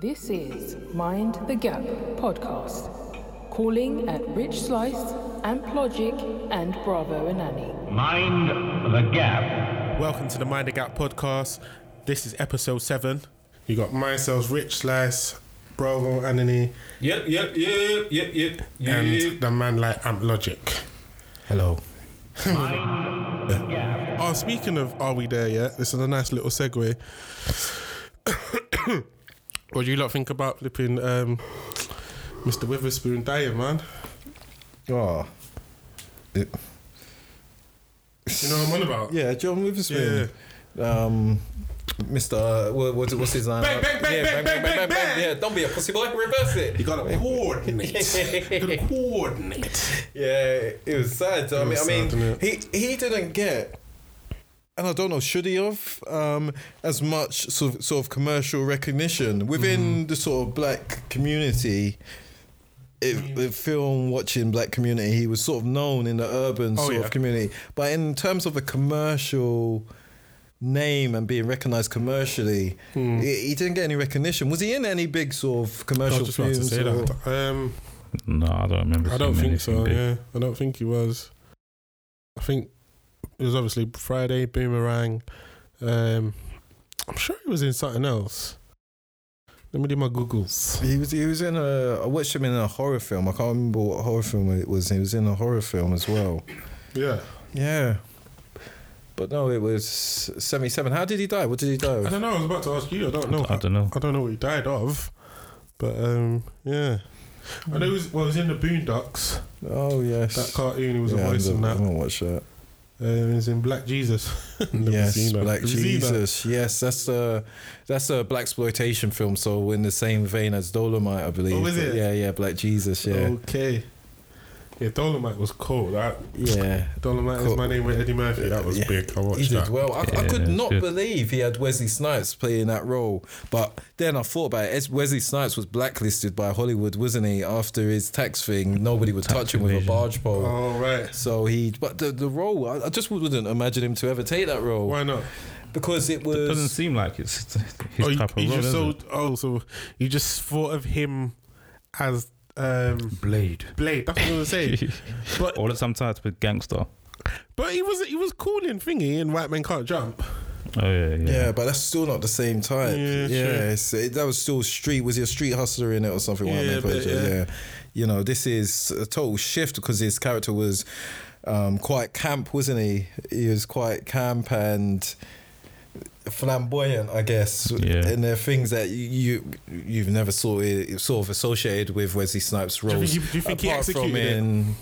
This is Mind the Gap podcast, calling at Rich Slice, Amplogic, and Bravo Anani. Mind the gap. Welcome to the Mind the Gap podcast. This is episode seven. You got myself, Rich Slice, Bravo Anthony, Yep, yep, yep, yep, yep, and yep. the man like Amp Logic. Hello. Oh, speaking of, are we there yet? This is a nice little segue. what do you lot think about flipping um, Mr. Witherspoon dying, man? Oh. It- You know what I'm on about? yeah, John Witherspoon. Um, Mr. What, what's, what's his name? Bang, bang, bang, yeah, bang, bang, bang, bang. Yeah, don't be a pussy boy. Reverse it. You gotta coordinate. you gotta coordinate. Yeah, it was sad. I mean, was I mean, sad, he he didn't get, and I don't know, should he have um, as much sort of, sort of commercial recognition within Mm-hmm. the sort of black community. If, if film watching black community, he was sort of known in the urban Oh, sort yeah. of community, but in terms of a commercial name and being recognised commercially, he, he didn't get any recognition. Was he in any big sort of Hmm. I commercial was just about to films? say or- that. Um, No, I don't remember. I don't seeing think so. anything big. Yeah, I don't think he was. I think it was obviously Friday Boomerang. Um, I'm sure he was in something else. Let me do my googles. He was he was in a I watched him in a horror film. I can't remember what horror film it was. He was in a horror film as well. Yeah, Yeah. But no, it was seventy seven. How did he die? What did he die I of? don't know. I was about to ask you. I don't know. I don't know. I don't know what he died of, but um, yeah. I know he was, well, he was in the Boondocks. Oh yes. That cartoon, he was yeah, a voice I in haven't- I that. haven't watched that. Um, he was in Black Jesus. Never yes, seen that. Black Have you seen that? Jesus. Yes, that's a that's a black exploitation film. So in the same vein as Dolomite, I believe. Oh, is it? Oh, Yeah, yeah, Black Jesus. Yeah, Okay. Yeah, Dolomite was cool. That yeah. Dolomite is Cool. my name with Eddie Murphy. That was Yeah. big. I watched He that. did well. I, I Yeah, could it's not good. believe he had Wesley Snipes playing that role. But then I thought about it. Es- Wesley Snipes was blacklisted by Hollywood, wasn't he? After his tax thing, nobody would touch him with a evasion. barge pole. Oh right. So he, but the, the role, I, I just wouldn't imagine him to ever take that role Why not? because it It doesn't was. seem like it's his oh, you, type of you role. just is so it? oh, so you just thought of him as um, Blade. Blade. That's what I was saying. but Or some type of gangster. Oh, but he was he was cool in thingy in White Men Can't Jump. Oh yeah, yeah. Yeah, but that's still not the same type. Yeah, Yeah, true. it's- it- that was still street. Was he a street hustler in it or something? What I Yeah, meant, but but, yeah. yeah. You know, this is a total shift because his character was um, quite camp, wasn't he? He was quite camp and flamboyant, I guess. Yeah. And there are things that you you've never saw it sort of associated with Wesley Snipes' you roles. think he- do you think he apart from executed it? in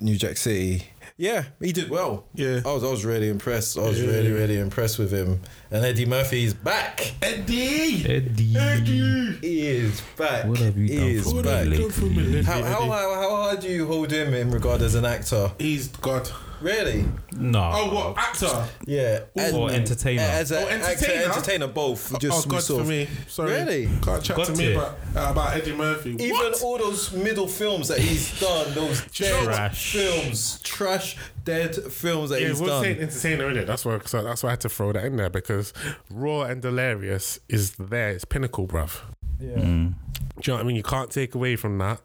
New Jack City. Yeah, he did well. Yeah. I was I was really impressed. I was really really impressed with him. And Eddie Murphy's back. Eddie. Eddie. He is back. What have you he done is for me back. lately? Good for me, Eddie. How, how, how, how hard do you hold him in regard as an actor? He's God. Really? No. Oh, what actor? Yeah. As- Or entertainer. As an Or actor, entertainer? entertainer, both. Just oh God sort for of- me. Sorry. Really? Can't chat Got to me it. about, uh, about Eddie Murphy. Even what? all those middle films that he's done, those you know dead what? Trash. films, trash, dead films that Yeah, he's we're done. saying entertainer, innit? That's why, so that's why I had to throw that in there because Raw and Delirious is there. It's pinnacle, bruv. Mm. Do you know what I mean? You can't take away from that.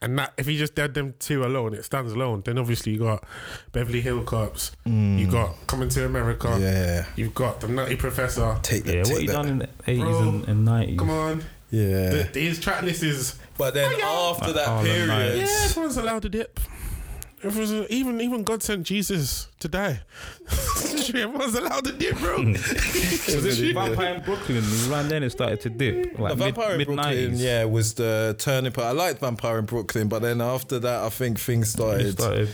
And that if you just did them two alone, it stands alone. Then obviously you got Beverly Hill Cops, you got Coming to America, Mm. Yeah. you've got The Nutty Professor. Take that. Yeah. take What you that. done in the eighties Bro, and, and nineties? Come on, Yeah. Th- his track list is But then after that Oh, the period, yeah, nights. everyone's allowed to dip. Everyone's, even even God sent Jesus to die. everyone's allowed to dip, bro. Was this you? Vampire in Brooklyn. Around then it started to dip. Like The Vampire mid in Brooklyn, nineties. yeah, was the turning point. I liked Vampire in Brooklyn, but then after that, I think things started. Started.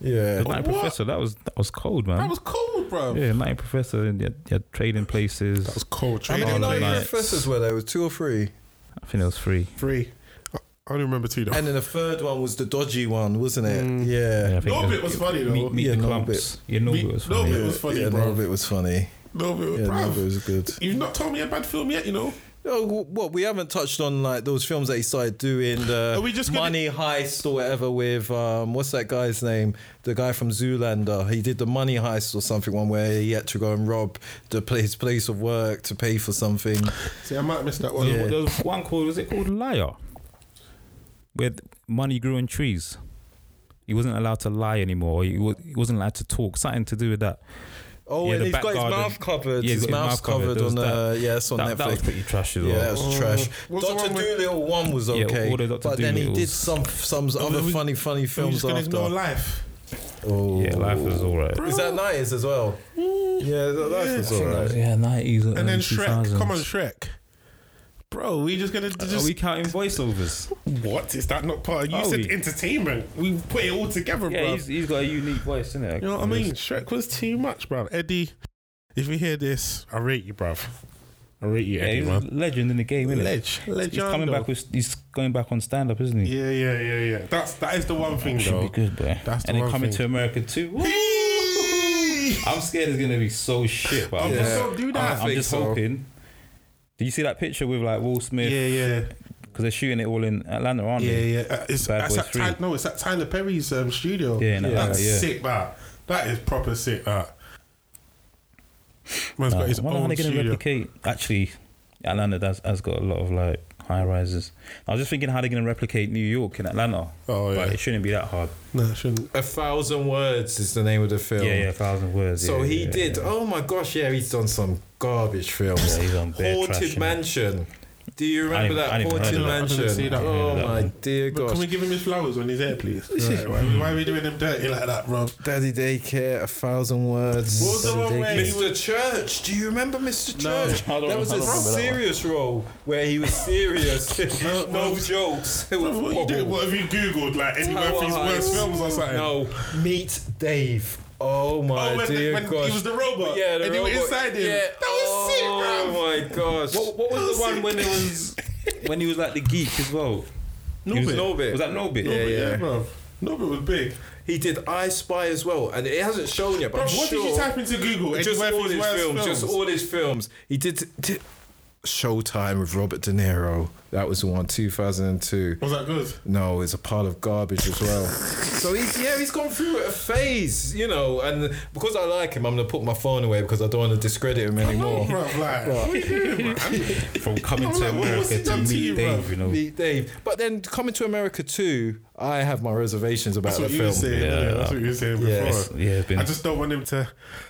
Yeah, The Night What? Professor. That was that was cold, man. That was cool, bro. yeah, Night Professor. and your- your trading places. That was cold. I Trading mean, all like the Places. night. professors were there was two or three, I think it was free. Three. I I only remember two though. and then the third one was the dodgy one, wasn't it? Mm. Yeah, Yeah, I think No it bit was funny though. Meet, meet Yeah, the no clumps. bit. You know Me- it was no funny. bit was funny, yeah, bro. none of it was funny. No, but, Yeah, bruv, none of it was good. you've not told me a bad film yet, you know. Oh, w- what we haven't touched on like those films that he started doing the Are we just gonna- money heist or whatever with um what's that guy's name the guy from Zoolander he did the money heist or something one where he had to go and rob the place place of work to pay for something See, I might have missed that one. Yeah. There was one called, was it called Liar? Where th- money grew on trees. He wasn't allowed to lie anymore. He, wa- he wasn't allowed to talk. Something to do with that. oh Yeah, and the he's back got his garden. mouth covered Yeah, he's his got mouth's covered, There was on uh, that. yeah it's on that, Netflix That was pretty Oh. trash as well. yeah, that was trash. what's the Doctor one with- Doolittle one was Yeah, okay, all the Dr. but then he did Doolittles. some some other we- funny funny Are we films just gonna after. ignore life. Oh. Yeah, life was alright. Is that nineties as well? Yeah, that, life was alright. Yeah, nineties And then Shrek. Come on, Shrek. Bro, we just gonna Are just we counting voiceovers? what? Is that not part? Of, you Are said we? entertainment. We put it all together, bro. he's got a unique voice, isn't it? You know what I mean? Shrek was too much, bro. Eddie, if you hear this, I rate you, bro. I rate you, Yeah, Eddie, he's a man. legend in the game, isn't Ledge, He's coming legendo. back with he's going back on stand up, isn't he? Yeah, yeah, yeah, yeah. That's that is the one thing, Should though. be good, bro. That's the and one then coming thing. to America too. Woo! I'm scared it's gonna be so shit, but I'm Yeah. just, Don't do I'm- that. I'm, think just so. hoping. Do you see that picture with like Will Smith? Yeah, yeah, Because they're shooting it all in Atlanta, aren't yeah, they? yeah. Uh, it's Bad that's Boys at Ty- 3. no, it's at Tyler Perry's um, studio. Yeah, in Atlanta, that's yeah. sick. That that is proper sick. That man's Uh, got his I wonder how own they're gonna studio. replicate. Actually, Atlanta does, has got a lot of like high rises. I was just thinking how they're gonna replicate New York in Atlanta. Oh, but yeah. it shouldn't be that hard. No, I shouldn't. A thousand words is the name of the Oh. film. Yeah, yeah, a thousand words. So yeah, he yeah, did. yeah. Oh my gosh, yeah, he's done some garbage films. Yeah, he's on bare Haunted trash, innit? Mansion. Do you I remember didn't- I that didn't Haunted heard of that. I Mansion? didn't see that one. Oh Yeah, that my one. dear But gosh. can we give him his flowers on his air, please? Right, why, why are we doing him dirty like that, bro? Daddy daycare, a thousand words. What was the one where he Mr. Church? Do you remember Mr. Church? I don't- that was I a don't remember that one. serious role where he was serious. no, no. jokes. It was What you doing? horrible. What have you googled? Like Eddie Power Murphy's worst Heist. films or something? No, meet Dave. Oh my Oh, when, dear when gosh! he was the robot. yeah, the and robot. you were inside him. Yeah. That was sick, bro. oh sick, bro. my gosh! What, what was, was the one sick. when it was when he was like the geek as well? He Norbit. Was, Norbit. Was that Norbit? Yeah, Yeah, yeah. bro. No, but it was big. He did I Spy as well, and it hasn't shown yet. But Bro, I'm what sure did you type into Google? Eddie Just all Murphy's his worst films, just all his films. He did, did Showtime with Robert De Niro. That was the one, 2002. was that good? No, it's a pile of garbage as well. so he's yeah, he's gone through a phase, you know. And because I like him, I'm gonna put my phone away because I don't want to discredit him anymore. Bro, like, what are you doing, man? From coming I'm to like, what- what's he America to done meet to you, bro? Dave, you know. Meet Dave. But then coming to America too, I have my reservations That's about the what you film. were saying. Yeah, innit? That's yeah. what you were saying Yeah. before. Yeah, it's been- I just don't want him to.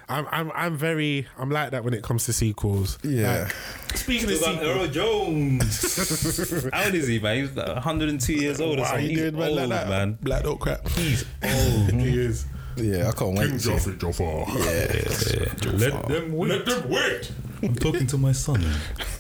I'm, I'm, I'm very, I'm like that when it comes to sequels. Yeah. Like, speaking of It was like sequels, Earl Jones. How old is he, man? He's like 102 years old or why are something. you He's doing man old, like that? man. Black dog crap. He's old. Mm-hmm. he is. yeah, I can't wait. to- Joffrey Jafar. Let them Let them wait. I'm talking to my son.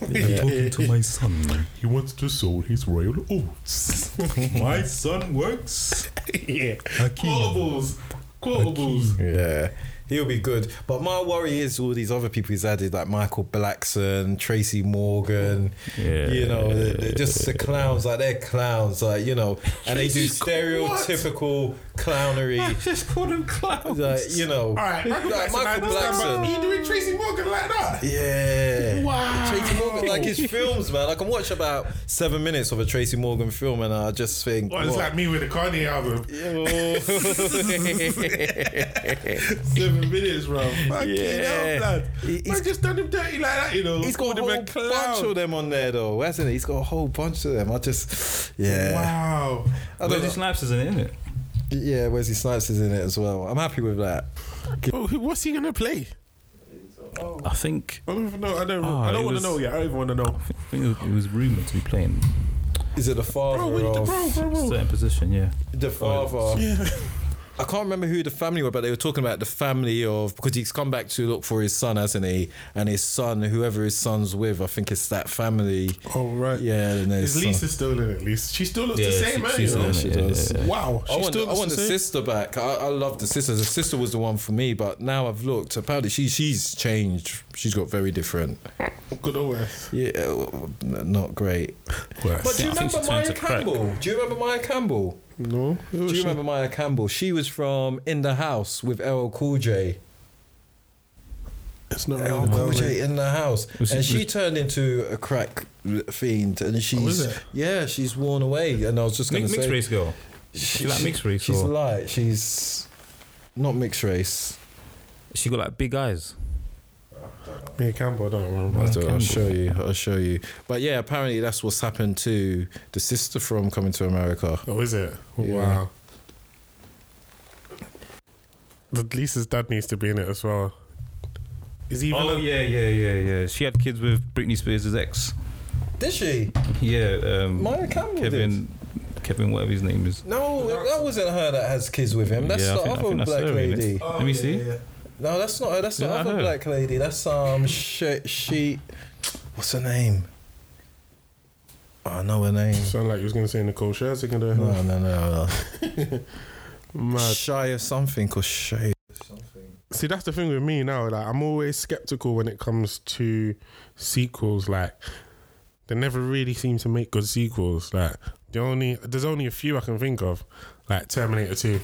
I'm talking to my son. He wants to sow his royal oats. My son works. yeah. Quotables. Quotables. Yeah. He'll be good. But my worry is all these other people he's added, like Michael Blackson, Tracy Morgan. Yeah. You know, they're, they're just the clowns. Like, they're clowns. Like, you know, and they do stereotypical clownery. Just call him clown. Like, you know. All right, Michael like Blackson. I Michael understand, but Blackson. you doing Tracy Morgan like that? Yeah. Wow. Tracy Morgan, like his films, man. I can watch about seven minutes of a Tracy Morgan film and I just think. Well, it's what? like me with the Kanye album. Seven minutes, bro. Fucking Yeah. hell, blood. He- Man he's- just done him dirty like that, you know. He's Called got a whole him bunch of them on there, though, hasn't he? He's got a whole bunch of them. I just, yeah. Wow. I don't Wesley know. Snipes is in it, isn't it? Yeah, Wesley Snipes is in it as well. I'm happy with that. Bro, who- what's he gonna play? I think, I don't even know. I don't. Oh, Ah, I don't it want to was- know yet. I don't even want to know. I think it was, it was rumored to be playing Is it the father Bro, we, bro, of bro, Oh, bro. certain position. Yeah. the father? I can't remember who the family were, but they were talking about the family of because he's come back to look for his son, hasn't he? And his son, whoever his son's with, I think it's that family. Oh right. Yeah, and then His son. Lisa's still in it. Lisa. She still looks the Yeah, same, she- man. she's you know? in it, She yeah, yeah, does. yeah. Wow. I She want, still I looks want the the same. sister back. I, I love the sister. The sister was the one for me, but now I've looked. Apparently, she she's changed. She's got very different. Good or worse. Yeah, well, n- not great. But do you I think remember she turned Maya to crack. Campbell? Do you remember Maya Campbell? No. Do you remember Maya Campbell? She was from In the House with LL Cool J. It's not El really well, Cool J in the house, Was and it- Oh, she turned into a crack fiend, and she's it? yeah, she's worn away. And I was just going to Mix, say, mixed race girl. She like mixed race She's or light. She's not mixed race. she got like big eyes. Mia Campbell, I don't remember. I'll, I'll show you. I'll show you. But yeah, apparently that's what's happened to the sister from Coming to America. Oh, is it? Yeah. Wow. But Lisa's dad needs to be in it as well. Is he? Even Oh a- yeah, yeah, yeah, yeah. She had kids with Britney Spears' ex. Did she? Yeah, um, Maya Campbell did. Kevin, Kevin, whatever his name is. No, that wasn't her that has kids with him. That's Yeah, I the think- I other think that's black her, isn't it? lady. Let me see. No, that's not her. That's the Is that other her? black lady. That's um she, she what's her name? I know her name. Sound like you was gonna say Nicole Scherzinger there. No, no, no, no. Mad. Shy of something or Shay. See, that's the thing with me now. Like, I'm always skeptical when it comes to sequels. Like, they never really seem to make good sequels. Like, the only there's only a few I can think of, like Terminator Two.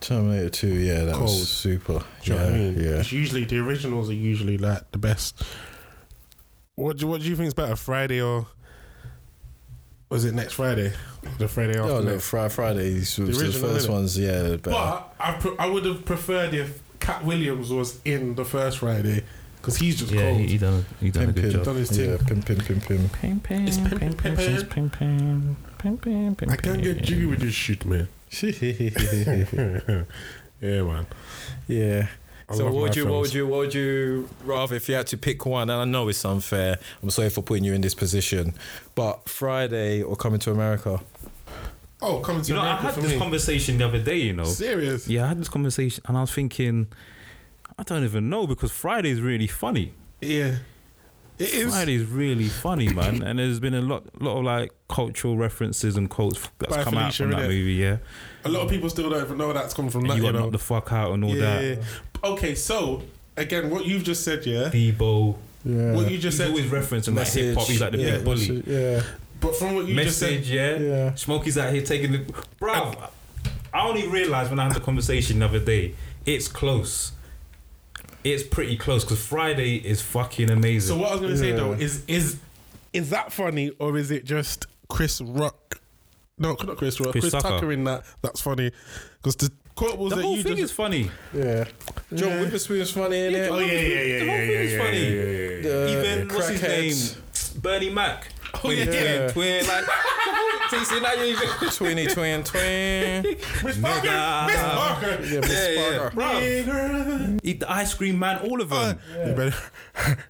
Terminator 2, yeah, that Cold. was super. Do you yeah, know what I mean? yeah. It's usually the originals are usually like the best. What do, what do you think is better, Friday or was it next Friday? The Friday after Oh, no, next. Fri- Fridays was the, original, first innit? ones, yeah, the better. But I pr- I would have preferred if Cat Williams was in the first Friday because he's just Yeah, cold. he, he done he done a good Pimpin'. job. Done his thing. Yeah, pim, pim, pim, pim. Pim pim It's pim, pim, pim, pim. she's pim pim pim pim pim. I can't get pim. jiggy with this shit, man. yeah, man. yeah. I so love what my would you, what films. would you, what would you rather if you had to pick one? And I know it's unfair. I'm sorry for putting you in this position, but Friday or Coming to America? Oh, coming to You know, I America had for this me. conversation the other day. You know, Serious. yeah, I had this conversation, and I was thinking, I don't even know because Friday's really funny. Yeah. It is. Friday's really funny, man, and there's been a lot, lot of like cultural references and quotes that's By come out Felicia, from that innit? movie. Yeah, A lot of people still don't even know that's come from and that. you You got know? knocked the fuck out and all yeah. that. Okay, so again, what you've just said, yeah. Debo, Yeah. What you just he's said, always referencing like hip hop. He's like the big bully. Yeah. but from what you just said, message, yeah. Yeah. Smokey's out here taking the. Bro, I only realized when I had the conversation the other day, it's close. It's pretty close because Friday is fucking amazing. So what I was gonna say Yeah. though is is is that funny or is it just Chris Rock? No, not Chris Rock. Chris Chris, Tucker. Tucker. in that. That's funny because the quotables the that whole you thing just is funny. Yeah. John Witherspoon's funny in Yeah, it. oh John- yeah yeah yeah yeah The whole thing yeah, is yeah, funny. yeah, yeah, yeah, yeah. Even what's his Crackheads. name, Bernie Mac. Oh, Twin, yeah. twin, twin, like. See, see, now you're even- Twinny twin twin. Miss Parker, Nigga. Miss Parker. Yeah, Yeah, Miss yeah. Parker. Bruv, Nigga. Eat the ice cream man, all of them. You better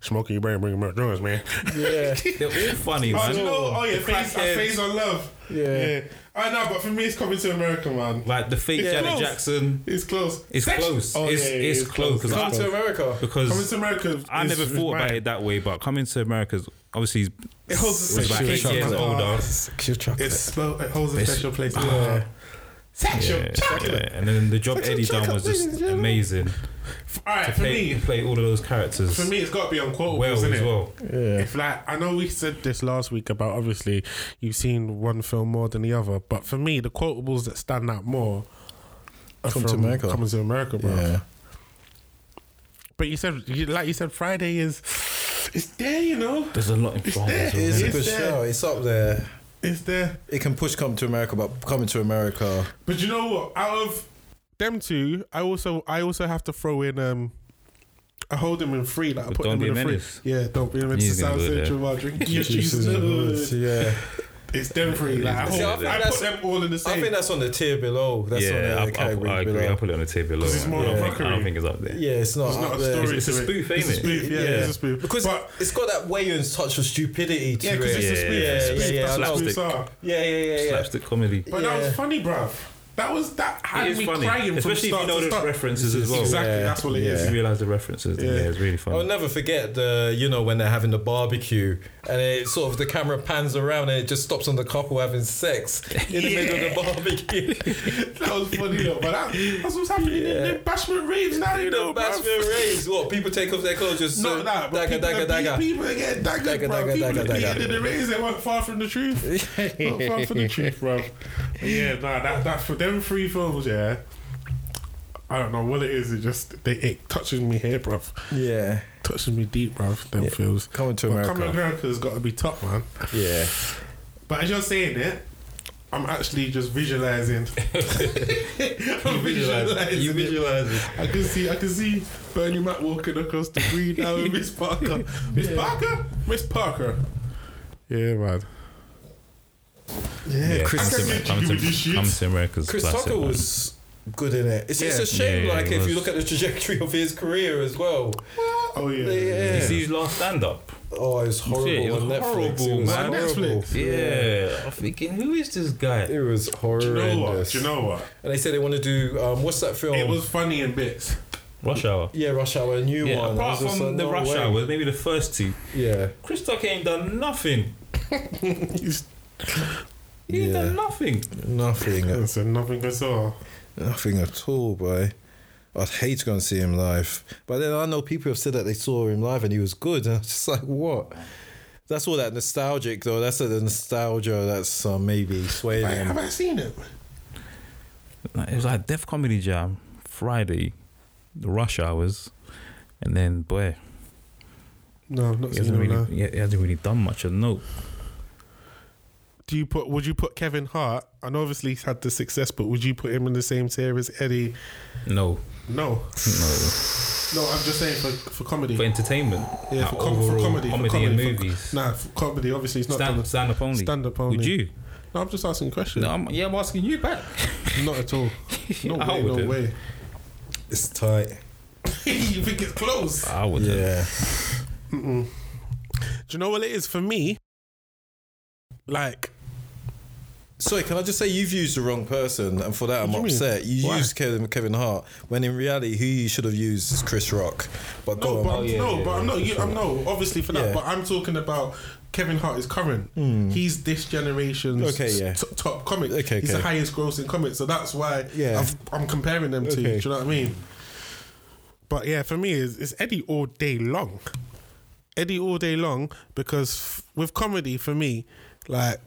smoking. You better bring more drugs, man. Yeah. They're all funny, Oh, man. you know, oh yeah, The phase, crackheads. phase on love. Yeah. yeah. I know, but for me, it's coming to America, man. Like the fake It's Janet close. Jackson. It's close. It's close. Oh, it's, yeah, yeah, it's it's close. close. Cause I- Come to America. because Coming to America. I is- never is thought about mine. it that way, but coming to America's obviously he's- It holds a was about special eight place. years in my heart. older. It's slow. It holds a It's- special place. in my heart. Sexual Ah. Yeah, chocolate. yeah. And then the job Sexual Eddie done chocolate, was ladies just and gentlemen. amazing. All right, for play, me, play all of those characters for me, it's got to be on quotables, well isn't as it? well. Yeah. If like I know we said this last week about obviously you've seen one film more than the other, but for me the quotables that stand out more are Come to from America. Coming to America, bro. Yeah. But you said you- like you said Friday is it's there, you know. There's a lot in front. there. as well. It's a It's good there. show. It's up there. It's there. It can push Come to America, but Coming to America. But you know what? Out of them two, I also I also have to throw in um I hold them in free, like I But put don't them in be the a free. menace. Yeah, don't be a menace to He's gonna South go there. Central while drinking your juices. Yeah. It's them three. Like, I, See, I hold- think I that's- put them all in the I same. think that's on the tier below. That's yeah, on I, the I, category I agree. below. I'll put it on the table below. Because it's more I don't, think, I mockery. don't think it's up there. Yeah, it's not. It's not up a there. story. It's a to it. It's spoof, a ain't it? spoof, yeah, it's a spoof. Because but, it's got that way and touch of stupidity to yeah, because it. it's a spoof. yeah, it's a spoof. yeah, yeah, That's what spoofs slapstick. are. yeah, yeah, yeah, yeah. Slapstick comedy. But that was funny, bruv. That was that It had is me funny, crying especially if from start you know to the start. references as well. Exactly, Yeah. that's what it is. If you realize the references, then, yeah, Yeah. it's really I'll funny. never forget the you know when they're having the barbecue and it sort of the camera pans around and it just stops on the couple having sex in the middle of the barbecue. That was funny though, but that, that's what's happening in the bashment raves now, you know, the bruv. bashment raves. What people take off their clothes just Not uh, that, but dagger, people, dagger, that dagger. people that get daggered, Dagger, bruv. dagger, people dagger, that dagger. get in the raves, they weren't far from the truth. not far from the truth, bruv. But yeah, nah, that, that for them three films, yeah. I don't know what it is. It just they it touches me here, bruv. Yeah. Touches me deep, bruv. Them feels. Coming to But America. Coming to America's got to be top, man. Yeah. But as you're saying it, I'm actually just visualizing. I'm visualizing. You visualize it. I can see, I can see Bernie Mac walking across the green now with Miss Parker. Miss Parker, Miss Parker. Yeah, man. Yeah, Come Chris, I to, can't come do to, with this shit. come to America's Chris classic, Tucker man. was good in it. It's, it's Yeah. a shame, Yeah, yeah, like, he if was. you look at the trajectory of his career as well. Oh yeah. Yeah. You see his last stand up? Oh, it's horrible Shit, it was on Netflix. horrible, it was man. horrible. Netflix. Yeah. I'm thinking, who is this guy? It was horrendous. Do you know what? Do you know what? And they said they want to do um, what's that film? Oh. It was funny in bits. Rush Hour. yeah, Rush Hour, a new Yeah, one. I apart was just from like, the no Rush way. Hour, maybe the first two, Yeah, Chris Tucker ain't done nothing. He's He Yeah. ain't done nothing. nothing, so nothing at all. nothing at all, boy. I'd hate to go and see him live. But then I know people have said that they saw him live and he was good. And I was just like, what? That's all that nostalgic though. That's the nostalgia that's uh, maybe swaying Like, have him. I seen it? Like, it was like Def Comedy Jam Friday, the rush hours, and then boy, No, I've not he seen hasn't it. really, no. he he hasn't really done much of note. Do you put? Would you put Kevin Hart? And obviously he's had the success, but would you put him in the same tier as Eddie? No, No, no, no. I'm just saying for for comedy. for entertainment, yeah, like, for, com- for overall, comedy, for comedy, Oh, and for- movies. Nah, for comedy. Obviously, it's not done. Stand, stand up only. Stand up Would only. you? No, I'm just asking a question. No, I'm, yeah, I'm asking you back. Not at all. No I way. No wouldn't. way. It's tight. you think it's close? I would. Yeah. Mm-mm. Do you know what it is for me? Like, Sorry, can I just say you've used the wrong person, and for that I'm do you mean? upset. You Why? used Kevin, Kevin Hart when in reality who you should have used is Chris Rock. But go no, on. but, I'm, Oh, yeah, no, but yeah, yeah, I'm not. You, I'm no, obviously for that. Yeah. Hmm. But I'm talking about Kevin Hart is current. He's this generation's Okay, yeah. t- top comic. Okay, He's the okay. highest grossing comic, so that's why Yeah. I've, I'm comparing them to. Okay. Do you know what I mean? But yeah, for me, it's, it's Eddie all day long. Eddie all day long because f- with comedy, for me, like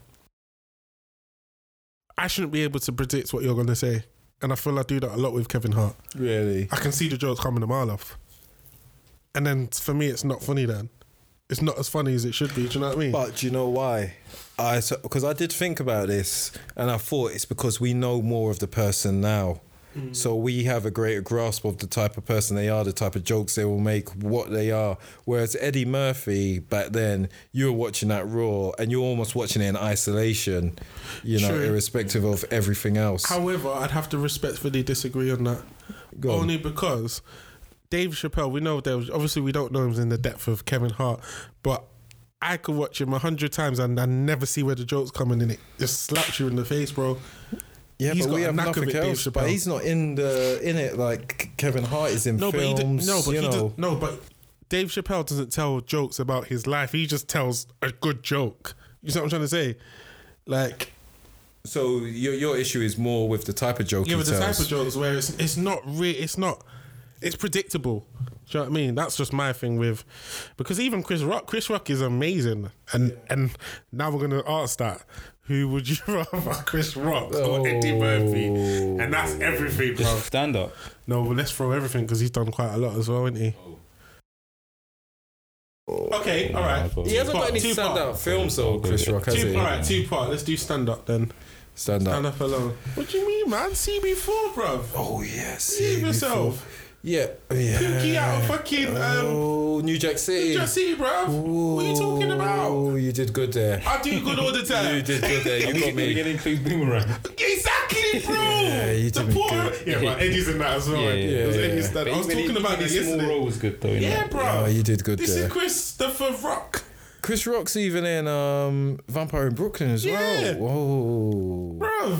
I shouldn't be able to predict what you're gonna say, and I feel I do that a lot with Kevin Hart. Really? I can see the jokes coming a mile off. And then for me, it's not funny then. It's not as funny as it should be. Do you know what I mean? But do you know why? I because I did think about this, and I thought it's because we know more of the person now. Mm. So we have a greater grasp of the type of person they are, the type of jokes they will make, what they are. Whereas Eddie Murphy back then, you were watching that raw, and you're almost watching it in isolation, you know, True. irrespective of everything else. However, I'd have to respectfully disagree on that. Go on. Only because Dave Chappelle, we know there was obviously we don't know him in the depth of Kevin Hart, but I could watch him a hundred times and I never see where the joke's coming and it just slaps you in the face, bro. Yeah, He's but got we a have knack of nothing it, Dave else. But Chappelle. he's not in the in it like Kevin Hart is in No, but he films. did, no, but you he know. did, no, but Dave Chappelle doesn't tell jokes about his life. He just tells a good joke. You know what I'm trying to say? Like So your your issue is more with the type of joke. Yeah, he but the type tells. of jokes where it's it's not real. It's not. It's predictable. Do you know what I mean? That's just my thing with, because even Chris Rock, Chris Rock is amazing, and and now we're gonna ask that. Who would you rather, Chris Rock or Eddie Murphy? And that's everything, bro. Just stand up. No, but let's throw everything because he's done quite a lot as well, isn't he? Okay, all right. He hasn't got Tupac, any Tupac. standout films though, Chris Rock, has Two, he? all right, two part. Let's do stand up then. Stand Stand up. up alone. What do you mean, man? CB4, bro. Oh yes. Save yourself. Yeah, yeah. Pookie out of fucking um, oh, New Jack City. Just see, bruv. What are you talking about? Oh, you did good there. I do good all the time. You did good there. You got me. include Boomerang. Exactly, bro. Yeah, you the did me poor. good. Yeah, but Eddie's in that as well. Yeah, yeah, It was yeah. Eddie's that- I was talking about that yesterday. was good though. you Yeah, know. bro. Oh, you did good This there. is Christopher Rock, Chris Rock's even in um, Vampire in Brooklyn as Yeah. well. Whoa. bro.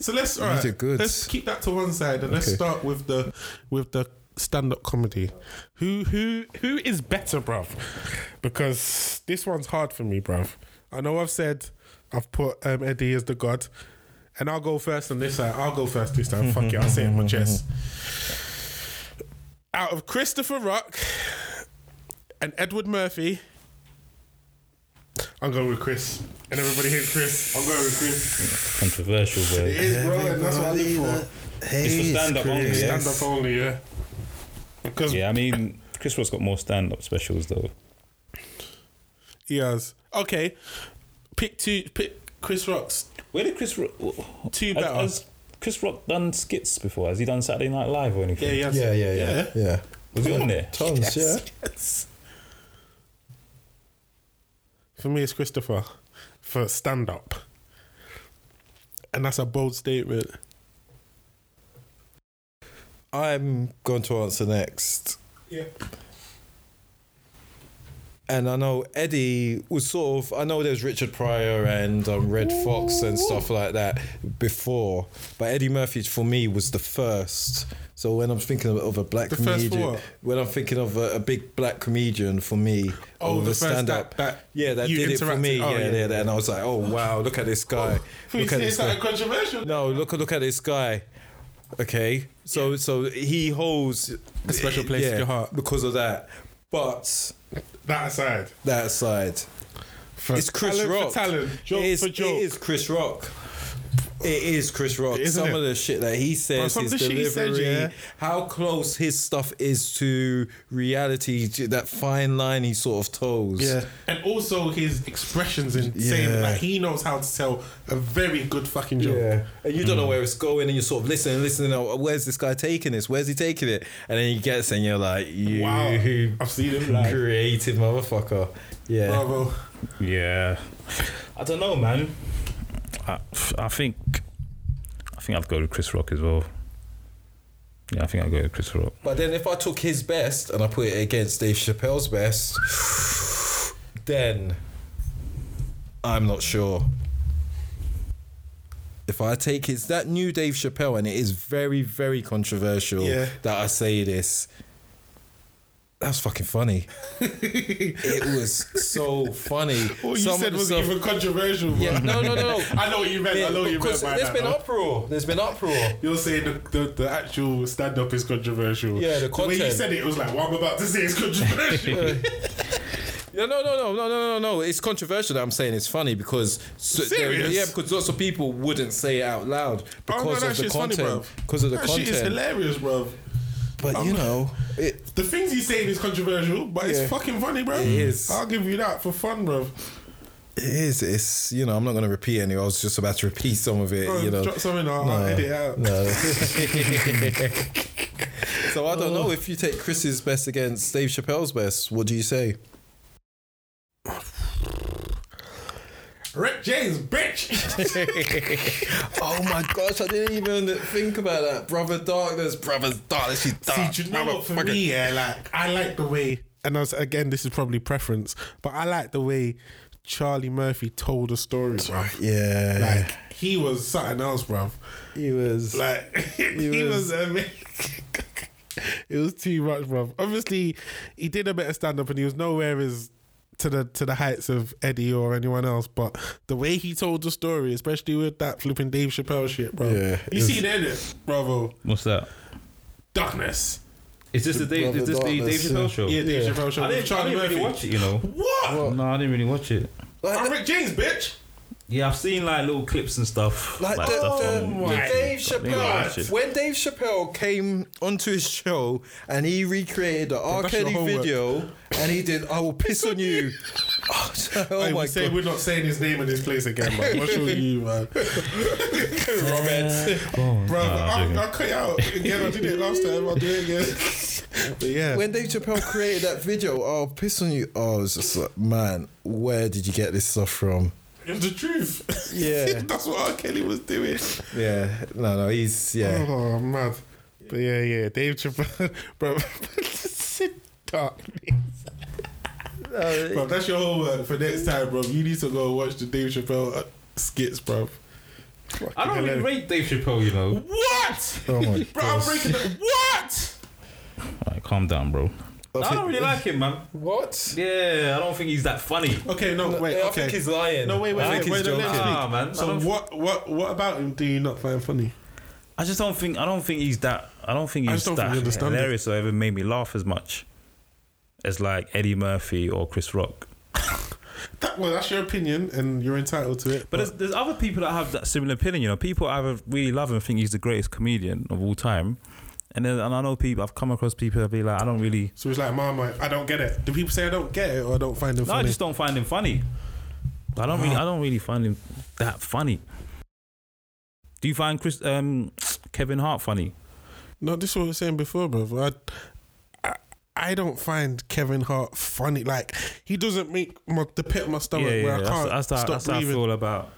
So let's all right, did good. Let's keep that to one side and let's Okay. start with the with the stand-up comedy. Who who who is better, bruv? Because this one's hard for me, bruv. I know I've said I've put um, Eddie as the god, and I'll go first on this side. I'll go first this time. Fuck it, I'll say it in my chest. Out of Christopher Rock and Edward Murphy, I'm going with Chris. And everybody hates Chris. I'm going with Chris. Controversial, It bro. is, bro, and that's what I live Hey, It's for stand up only. for. Yeah? Stand up only, yeah. Because yeah, I mean, Chris Rock's got more stand up specials, though. he has. Okay. Pick two. Pick Chris Rock's. Where did Chris Rock. Two has, better. has Chris Rock done skits before? Has he done Saturday Night Live or anything? Yeah, he has. Yeah, yeah, yeah, yeah. Was he on there? Tons, yeah. Yes. For me, it's Christopher for stand up. And that's a bold statement. I'm going to answer next. Yeah. And I know Eddie was sort of, I know there's Richard Pryor and um, Red Fox and stuff like that before, but Eddie Murphy for me was the first. So when I'm thinking of, of a black The first comedian, for what? when I'm thinking of a, a big black comedian for me, Oh, of the a first that- that yeah, that you did it for me, interacted- oh, yeah, yeah. yeah, yeah. And I was like, oh wow, look at this guy, look at this guy. controversial. No, look look at this guy. Okay, so so he holds A special place in your heart. because of that. But That aside, that aside, for it's Chris talent Rock. For talent, joke it, is, for joke. it is Chris Rock. It is Chris Rock. Isn't some it? of the shit that he Bro, says, some of his the shit he delivery, said, yeah. how close his stuff is to reality, to that fine line he sort of toes. And also his expressions in saying Yeah. that he knows how to tell a very good fucking joke. And you don't know where it's going, and you sort of listen and listen. And where's this guy taking this? Where's he taking it? And then you gets it, and you're like, you Wow. I've seen him live. creative motherfucker. Yeah. Bravo. Yeah. I don't know, man. I, I think I think I'd go with Chris Rock as well. Yeah, I think I'd go with Chris Rock. But then if I took his best and I put it against Dave Chappelle's best, then I'm not sure. If I take his that new Dave Chappelle, and it is very, very controversial Yeah. that I say this. That's fucking funny. it was so funny. What you Some of said the was stuff- even controversial. bro. Yeah, no, no, no, no. I know what you meant. I know what you meant Because by There's that. been no? uproar. There's been uproar. You're saying the, the, the actual stand up is controversial. Yeah, the way you content. said it, it was like, what I'm about to say is controversial. No, no, no, no, no, no, no, no. It's controversial that I'm saying it's funny because so, Serious? yeah, because lots of people wouldn't say it out loud Oh, because no, that of the shit's funny, content. bruv. Because of the that shit is content. hilarious, bro. But you know, it, The things he's saying is controversial, but Yeah. it's fucking funny, bro. It is. I'll give you that for fun, bro. it is. It's you know, I'm not going to repeat any. I was just about to repeat some of it. Bro, you know, drop something, I'll, No, I'll edit it out. no. so I don't know if you take Chris's best against Dave Chappelle's best. What do you say? Rick James, bitch. Oh my gosh, I didn't even think about that. Brother Darkness, Brother's Darkness, she's dark. See, do you know what? For me, yeah, like I like the way, and I was, again, this is probably preference, but I like the way Charlie Murphy told a story, bro. Yeah. Like he was something else, bro. He was Like he, was, was- amazing. it was too much, bro. Obviously, he did a bit of stand up, and he was nowhere as to the to the heights of Eddie or anyone else. But the way he told the story, especially with that flipping Dave Chappelle shit, bro. Yeah, you it was- seen it, innit? bravo, What's that? darkness. Is this the Dave? Is this the Dave Darkness, Chappelle show? Yeah, Dave Chappelle show. Oh. I didn't, I Charlie didn't really Murphy. watch it, you know. What? No, I didn't really watch it. I'm Rick James, bitch. Yeah, I've seen like little clips and stuff. Like the, stuff the- on the YouTube Dave and stuff. I didn't really watch Chappelle. it. When Dave Chappelle came onto his show and he recreated the R. that's your Kelly homework. video and he did I Will Piss on You. oh Hey, my we say god. we're not saying his name in this place again, man. What's wrong with you, man? Roberts. Oh, Bro, I'll, I'll cut you out again. I did it last time. I'll do it again. But yeah. When Dave Chappelle created that video, I'll piss on you. Oh, it's just like, man, where did you get this stuff from? It's the truth. Yeah. That's what R. Kelly was doing. Yeah, no, no, he's yeah. Oh, mad. But yeah, yeah. Dave Chappelle. Bro, sit darkness. Bro, that's your homework for next time, bro. You need to go watch the Dave Chappelle uh, skits, bro. I don't really rate Dave Chappelle, you know. What? Oh my Bro, I'm breaking the. What? Alright, calm down, bro. I don't really like him, man. What? Yeah, I don't think he's that funny. Okay, no, wait. I Okay. think he's lying. No, wait, wait, I wait. think wait, he's no, joking. let me Ah, speak. man, I So don't- what, what, what about him do you not find funny? I just don't think I don't think he's that I don't think I he's just don't that think you understand it. hilarious or ever made me laugh as much as like Eddie Murphy or Chris Rock. That, well, that's your opinion, and you're entitled to it. But there's, there's other people that have that similar opinion. You know, people I have really love and think he's the greatest comedian of all time. And then, and I know people I've come across people that be like, I don't really. so it's like, Mom, I, I don't get it. Do people say I don't get it or I don't find them No, I funny? just don't find him funny. I don't really. I don't really find him that funny. Do you find Chris um, Kevin Hart funny? No, this is what I was saying before, bro. I, I, I don't find Kevin Hart funny. Like he doesn't make my, the pit of my stomach where I that's, can't that's, how, stop that's how I breathing. feel about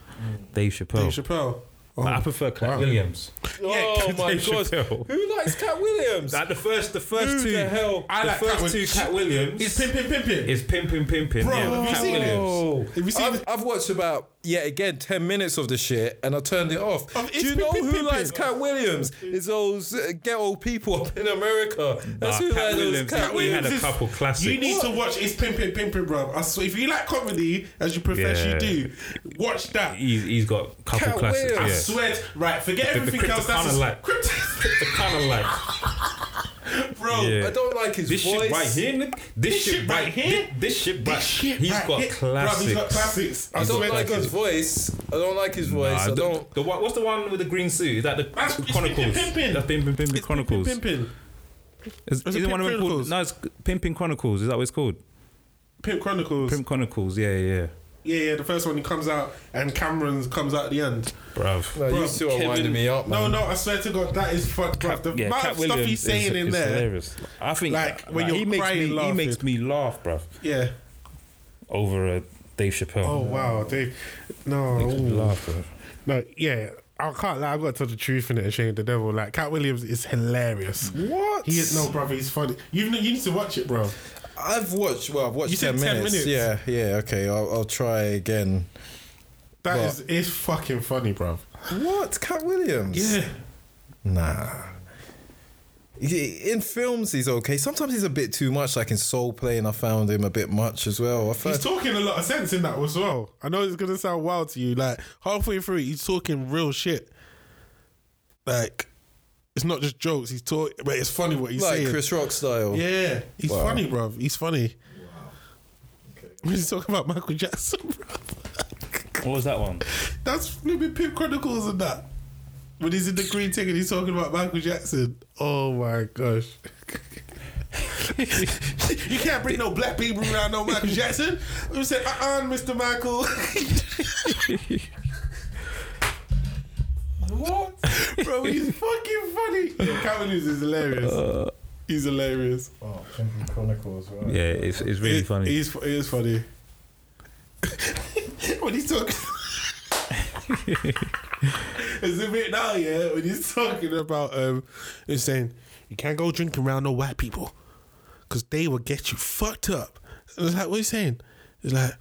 Dave Chappelle. Dave Chappelle. Oh, But I prefer Cat wow. Williams. oh my Dave god. Chappelle. Who likes Cat Williams? Like the first, the first Who two, the hell- the like first Cat two Williams. Cat Williams He's pimping, pimping. is pimping, pimping. Bro, yeah, have you Cat seen it? Williams. Have you seen I've, I've watched about yet again ten minutes of the shit and I turned it off. Of- Do Oh, it's you know pip, pip, who pip, likes pip. Cat Williams? It's those uh, ghetto people up in America. That's Nah, who Cat like those Williams, Cat Cat Williams Williams. had a is- couple classics. You need to watch It's Pimpin' Pimpin', bro. I swear, if you like comedy, as you profess Yeah. you do, watch that. He's, he's got a couple Cat classics. Williams. I Yeah. swear, right, forget The- the everything else. Kryptonian That's a, light. Kryptonian- kind of like bro. Yeah. I don't like his this voice. shit right here. nigga. This, shit, right here. This, shit right. This shit He's right got here. classics. Bro, he's got classics. I I swear don't to like his God. voice. I don't like his Nah, voice. I the- don't. the one- what's the one with the green suit? Is that the That's- it's Chronicles? Pimpin' Pimpin'. That's Pimpin' Pimpin' Chronicles. Pimpin' Pimpin'. Is, Is it is it one of Pimp them called? Chronicles? No, it's Pimpin' Chronicles. Is that what it's called? Pimp Chronicles. Pimp Chronicles. Yeah, yeah, Yeah, yeah, the first one he comes out and Cameron comes out at the end. bruv. No, Bro, you two are Kevin- winding me up, man. No, no, I swear to God, that is fucked up. The amount of stuff he's saying in there. I think Like, when like, you're he makes crying, me, he laughing. makes me laugh, bruv. Yeah. Over a Dave Chappelle. Oh wow, they no, Makes me ooh. laugh, bruv. no, yeah. I can't. Like, I've got to tell the truth in it and shame the devil. Like Cat Williams is hilarious. What? He is no brother. He's funny. You you need to watch it, bro. I've watched. Well, I've watched You said 10, 10 minutes. minutes. Yeah, yeah. Okay, I'll, I'll try again. That What? is it's fucking funny, bro. What? Cat Williams? Nah. He- In films, he's okay. Sometimes he's a bit too much. Like in Soul Plane, I found him a bit much as well. I He's found, talking a lot of sense in that as well. I know it's gonna sound wild to you. Like halfway through, he's talking real shit. Like it's not just jokes. He's talking, but it's funny what he's like saying. Chris Rock style. Yeah, he's Wow. funny, bro. He's funny. We're just talking about Michael Jackson, bro. What was that one? That's flipping Pimp Chronicles and that. When he's in the green ticket, he's talking about Michael Jackson. Oh my gosh. you can't bring no black people around no Michael Jackson. We said, uh uh Mr. Michael. what? Bro, he's fucking funny. Calvin is hilarious. he's hilarious. Oh, Chronicles. Right? Yeah, it's, it's really It- funny. He's, fu- he is funny. when he's talking. It's a bit now, yeah. When he's talking about, um, he's saying, you can't go drinking around no white people because they will get you fucked up. And it's like, what are you saying? It's like,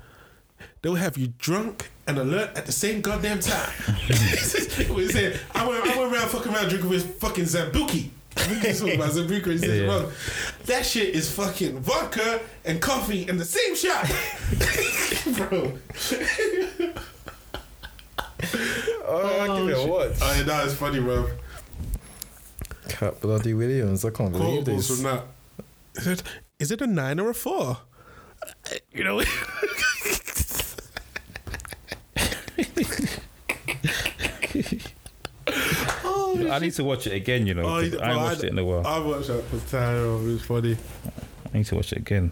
they'll have you drunk and alert at the same goddamn time. what he's saying, I went, I went around fucking around drinking with fucking Zambuki. He's talking about Zambuki and he says, Yeah. "Well, That shit is fucking vodka and coffee in the same shot. Bro. Oh, I'll give it a watch. Oh, yeah, that is funny, bro. Cat Bloody Williams. I can't believe Quotables this. from that. Is it, is it a nine or a four? Uh, You know, I need to watch it again, you know. 'cause I haven't watched it in a while. Oh, I watched that for time. It was funny. I need to watch it again.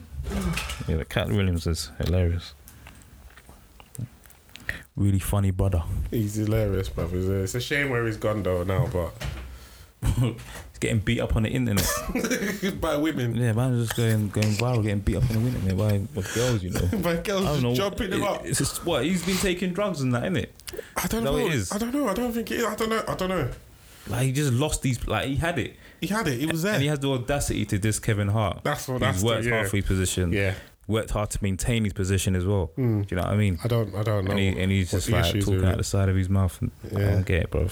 Yeah, the Cat Williams is hilarious. Really funny brother. He's hilarious, bro. It's a, it's a shame where he's gone though now, but He's getting beat up on the internet. by women, yeah, man, just going going viral, getting beat up on the internet by, by girls, you know. by I girls don't know. just jumping him it- up. It's just, what he's been taking drugs and that, innit? I don't No, know. it is. I don't know. I don't think it is. I don't know. I don't know. Like he just lost these. Like he had it, He had it. He was and he there. has the audacity to diss Kevin Hart. That's what- He's that's the- worked hard yeah. for his position. Yeah. Hmm. worked hard to maintain his position as well. Do you know what I mean? I don't. I don't know. and, he, and he's what just the like issues talking with out it. the side of his mouth. And I Yeah. don't get it, bro.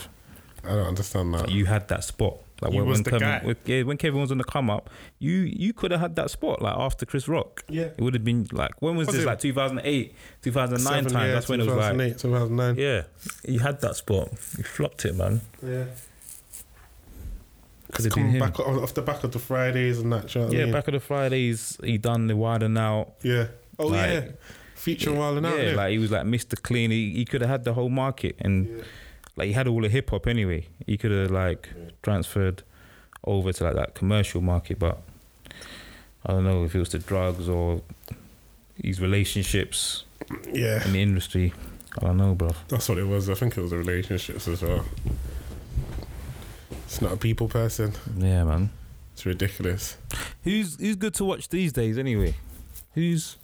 I don't understand that. You had that spot. Like You when, was when the Kevin, guy. with- yeah, when Kevin was on the come up, you you could have had that spot like after Chris Rock. Yeah. it would have been like when was, Was this? it- Like 2008, 2009 Seven, times. yeah, That's when it was like, 2008, 2009. yeah, you had that spot. You flopped it, man. Yeah. Could have been Coming him. back off, off the back of the Fridays and that. do you know what I yeah, mean? back of the Fridays, he done the wide and out. Yeah. Oh Like- yeah. featuring while and out. yeah, innit? like he was like Mr. Clean. He, he could have had the whole market, and like he had all the hip hop anyway. He could have like transferred over to like that commercial market, but I don't know if it was the drugs or his relationships yeah. in the industry. I don't know, bro. That's what it was. I think it was the relationships as well. It's not a people person. Yeah, man. It's ridiculous. Who's who's good to watch these days anyway? Who's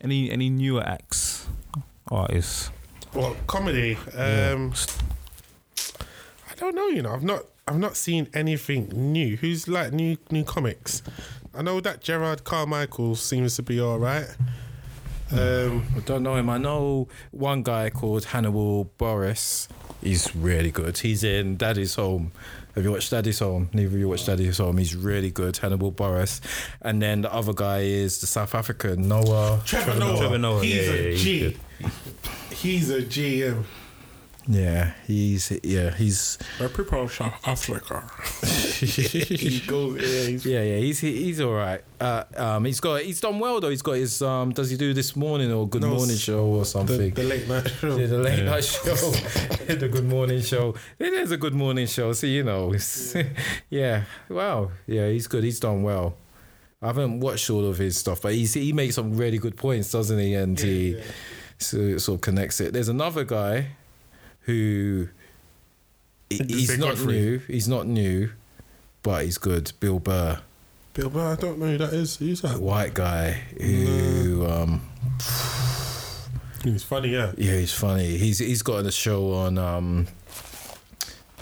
any any newer acts, artists? Well, comedy. Um, I don't know. You know, I've not. I've not seen anything new. Who's like new new comics? I know that Gerard Carmichael seems to be all right. Um, I don't know him. I know one guy called Hannibal Boris. He's really good. He's in Daddy's Home. Have you watched Daddy's Home? Neither of you watched Daddy's Home. He's really good, Hannibal Boris. And then the other guy is the South African, Noah. Trevor Noah. Trevor Noah, He's yeah, a yeah, he's G. good. He's a GM. Yeah, he's yeah, he's people from Africa. he goes, yeah, he's yeah, yeah, he's he- he's all right. Uh, um, he's got he's done well though. He's got his um, does he do this morning or Good No, Morning s- Show or the, something? the late night show. Yeah, the late night show, the Good Morning Show. It is a Good Morning Show, so you know, it's, yeah. Wow, yeah, he's good. He's done well. I haven't watched all of his stuff, but he's, he makes some really good points, doesn't he? And he So, sort of connects it. There's another guy who he- Did they he's not Godfrey? new. He's not new, but he's good. Bill Burr, Bill Burr, I don't know who that is. Who's that? white guy who. Um, He's funny, yeah. Yeah, he's funny. He's he's got a show on um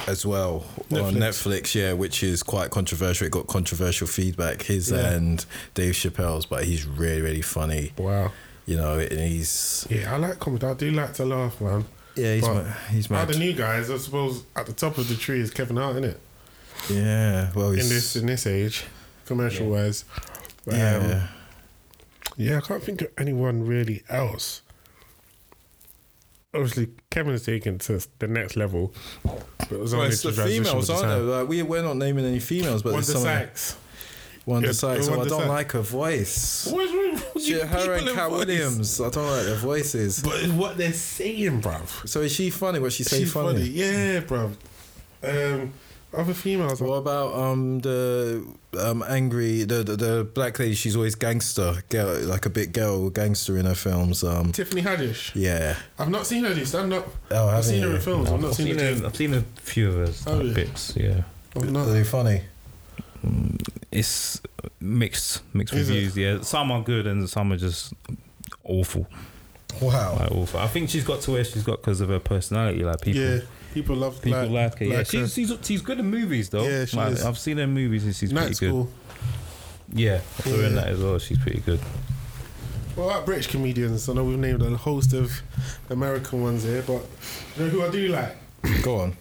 as well on Netflix. Netflix, yeah, which is quite controversial. It got controversial feedback, his Yeah. and Dave Chappelle's, but he's really, really funny. Wow. You know, and he's Yeah, I like comedy. I do like to laugh, man. yeah, he's But mad, he's Out mad. of the new guys, I suppose at the top of the tree is Kevin Hart, isn't it? yeah, well, he's, In this in this age, commercial wise. But, yeah, um, yeah, I can't think of anyone really else. Obviously, Kevin is taken to the next level. But it was Well, only it's to the transition females, with aren't the there? time. Like, we, we're not naming any females, but Wanda there's someone. Sykes. Wanda Yeah, Sykes. Oh, I Wanda don't Sykes. like her voice. What's wrong with you She, her and people Cat voice? Williams. I don't like their voices. But it's what they're saying, bruv. So is she funny? What she say She's funny? funny. Yeah, bruv. Um, other females. What about um the um angry the the, the black lady? She's always gangster, girl, like a bit girl gangster in her films. Um, Tiffany Haddish. yeah, I've not seen her do stand up. Oh, I've haven't seen her you? in films. I've not I've seen, seen, her a, do. I've seen a few of his Oh, like, yeah. bits. Yeah. I've not. are they funny? it's mixed mixed Is it? reviews. Yeah, some are good and some are just awful. Wow. Like awful. I think she's got to where she's got because of her personality. Like people, Yeah, people love people like, her. Yeah, like she's, she's she's good in movies though. Yeah, she Like, is. I've seen her in movies and she's Night pretty school. good. Yeah, I saw her in Yeah. that as well. She's pretty good. Well, like British comedians. I know we've named a host of American ones here, but you know who I do like, Go on.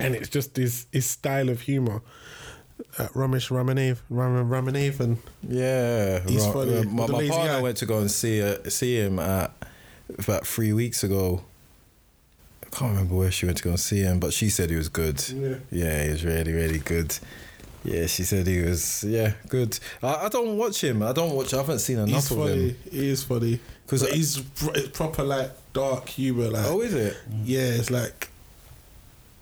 and it's just his his style of humor. Uh, Ramesh Ramanath, Ram, Ramanathan. Yeah, He's right. funny. Uh, With my the my lazy partner eye. went to go and see uh, see him at about three weeks ago. I can't remember where she went to go and see him, but she said he was good. Yeah. yeah he was really really good. Yeah, she said he was yeah good. I, I don't watch him. I don't watch. I haven't seen enough He's of funny. him. He is funny. 'Cause Because I- he's pr- it's proper like dark humor. Like, Oh, is it? yeah, it's like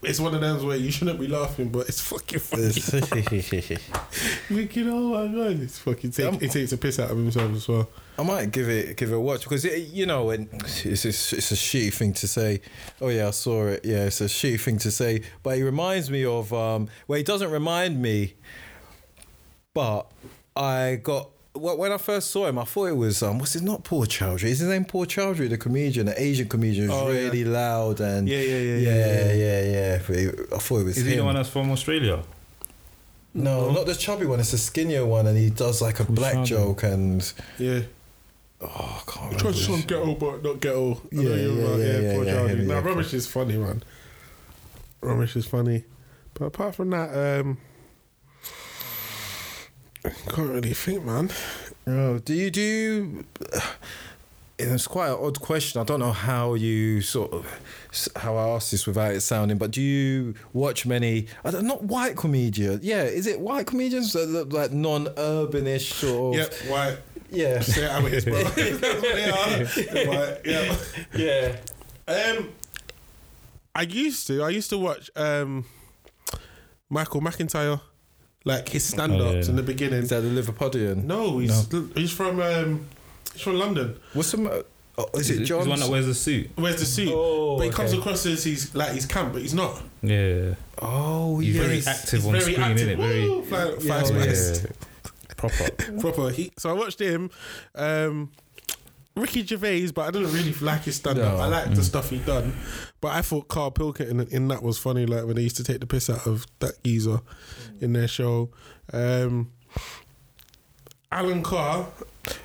it's one of those where you shouldn't be laughing, but it's fucking funny. Thinking, oh my god, it's fucking take, Um, it takes a piss out of himself as well. I might give it give it a watch because it, you know and it's, it's it's a shitty thing to say. Oh yeah, I saw it. Yeah, it's a shitty thing to say. But he reminds me of um. Well, he doesn't remind me. But I got wh- when I first saw him, I thought it was um. What's it? Not Paul Chowdhury. Is his name Paul Chowdhury? The comedian, the Asian comedian, who's Oh, yeah. really loud and Yeah, yeah, yeah, yeah, yeah, yeah, yeah. But he- I thought it was Is him. he the one that's from Australia? no, not the chubby one. It's the skinnier one, and he does like a black Chowdhury. joke and Yeah, oh, I can't try remember. to his- sound ghetto, but not ghetto. I Yeah, know you're yeah, right. yeah, Yeah, yeah, poor yeah, Charlie. yeah, Nah, yeah. rubbish is funny, man. Rubbish is funny, but apart from that, um, can't really think, man. Oh, do you do? You, it's quite an odd question. I don't know how you sort of how I ask this without it sounding, but do you watch many? I don't, not white comedians. Yeah, is it white comedians that look like non-urbanish sort of? Yep, white. Yeah. They're amateurs, bro. That's what they are. But, yeah. yeah. Um, I used to. I used to watch um, Michael McIntyre, like his stand-ups Oh, yeah. in the beginning. Is that the Liverpudlian? No, he's he's from um, he's from London. What's the. Oh, is it He's the John? one that wears a suit. Where's the suit? Oh, but he comes okay. across as he's like he's camp, but he's not. Yeah. Oh, He's yeah. very He's- active he's on screen, innit? Very- Woo! Fly- Yeah, fast oh, man. yeah. Proper. proper. He, so I watched him, um, Ricky Gervais, but I didn't really like his stand up. No. I liked the stuff he done, but I thought Carl Pilkett in, in that was funny. Like when they used to take the piss out of that geezer in their show. Um, Alan Carr,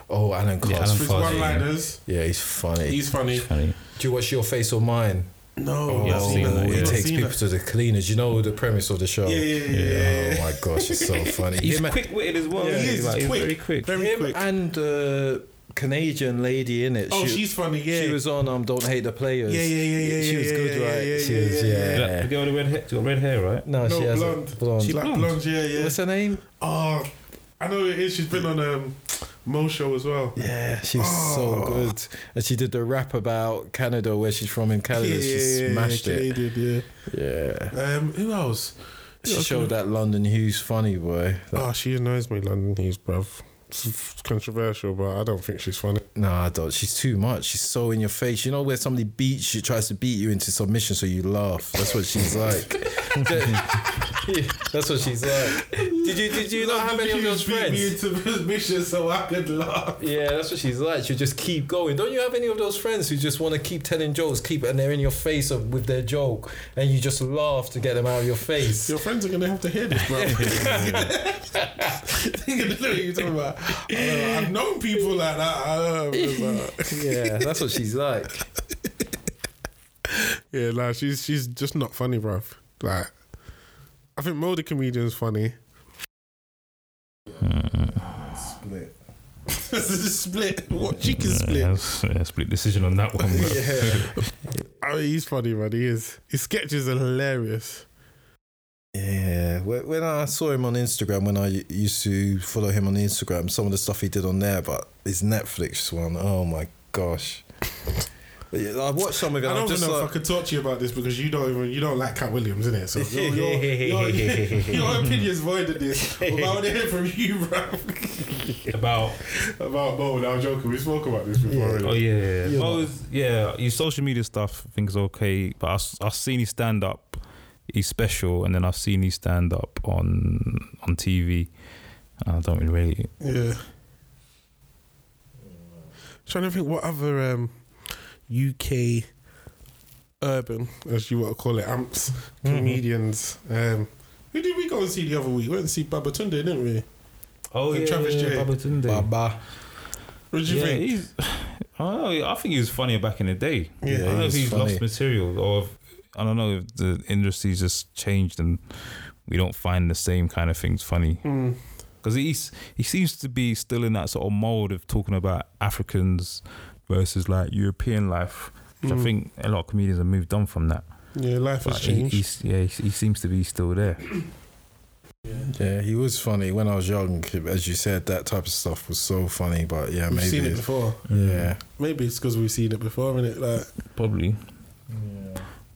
Oh, Alan Carr. Yeah, Yeah, Alan for his Carr's- one liners, he's funny. he's funny. Funny. Do you watch Your Face or Mine? No, Oh, I've seen that, he yeah. I've takes seen people that. to the cleaners. You know the premise of the show. Yeah, yeah, yeah, yeah, Oh my gosh, it's so funny. He's Him and- quick witted as well. Yeah, isn't he is, Like, he's he's quick. very quick. Very him quick. and uh, Canadian lady in it. oh, She- she's funny. Yeah, She was on um, Don't Hate the Players. Yeah, yeah, yeah, yeah, She was yeah, good, yeah, right? yeah, she yeah, was, yeah, yeah. The girl with red hair, she's got red hair, right? No, no she has blonde. a blonde. She's like blonde. Yeah, yeah. What's her name? Oh, I know who it is. She's been on um, Mo Show as well. Yeah, she was Oh. so good. And she did the rap about Canada, where she's from in Canada. she smashed it. Canadian, yeah. Yeah. Um, who else? She Yeah, showed that London Hughes funny boy. Oh, she annoys me, London Hughes, bruv. It's controversial, but I don't think she's funny. No, I don't. She's too much. She's so in your face. You know where somebody beats you, tries to beat you into submission, so you laugh. That's what she's like. That's what she's like. Did you did you not have any of those friends? mission so I could laugh. Yeah, that's what she's like. She'll just keep going. Don't you have any of those friends who just want to keep telling jokes, keep and they're in your face of, with their joke, and you just laugh to get them out of your face? Your friends are gonna have to hear this, bro. They're gonna know what you're talking about. I don't know, I've known people like that. I don't know, it's like- yeah, that's what she's like. yeah, nah, she's she's just not funny, bruv. Like, I think Mo the comedian's funny. Hmm. Split. split. What she can split. Yeah, that's- yeah, split decision on that one. but- Oh, he's funny, man. He is. His sketches are hilarious. Yeah, wh- when I saw him on Instagram, when I u- used to follow him on Instagram, some of the stuff he did on there, but his Netflix one, oh my gosh. Yeah, I watched some of it. I I'm don't even just uh, know if I like, could talk to you about this because you don't even you don't like Cat Williams, innit? So your, your, your, your opinion's voided this. But I want to hear from you, bro. About about Mo. I was joking. We spoke about this before. oh innit? yeah, yeah. yeah. Yeah. Well, it's- yeah, his social media stuff I think is okay, but I've, I've seen his stand up. He's special, and then I've seen his stand up on on TV. And I don't really. Yeah. Trying to think what other um, UK urban, as you want to call it, amps, Mm-hmm. comedians. Um, who did we go and see the other week? We went and see Babatunde, didn't we? Oh yeah, Travis yeah, J. Baba. What did you yeah, think? he's. I don't know. I think he was funnier back in the day. Yeah, I don't know if he's he's funny. lost material or if, I don't know if the industry's just changed and we don't find the same kind of things funny. Hmm. Because he's he seems to be still in that sort of mold of talking about Africans versus like European life. Which Hmm. I think a lot of comedians have moved on from that. Yeah, life But has he, changed. he's, yeah, he, he seems to be still there. Yeah, he was funny when I was young. As you said, that type of stuff was so funny. But yeah, We've maybe seen it it's- before. yeah, Maybe it's because we've seen it before, is it? Like, Probably.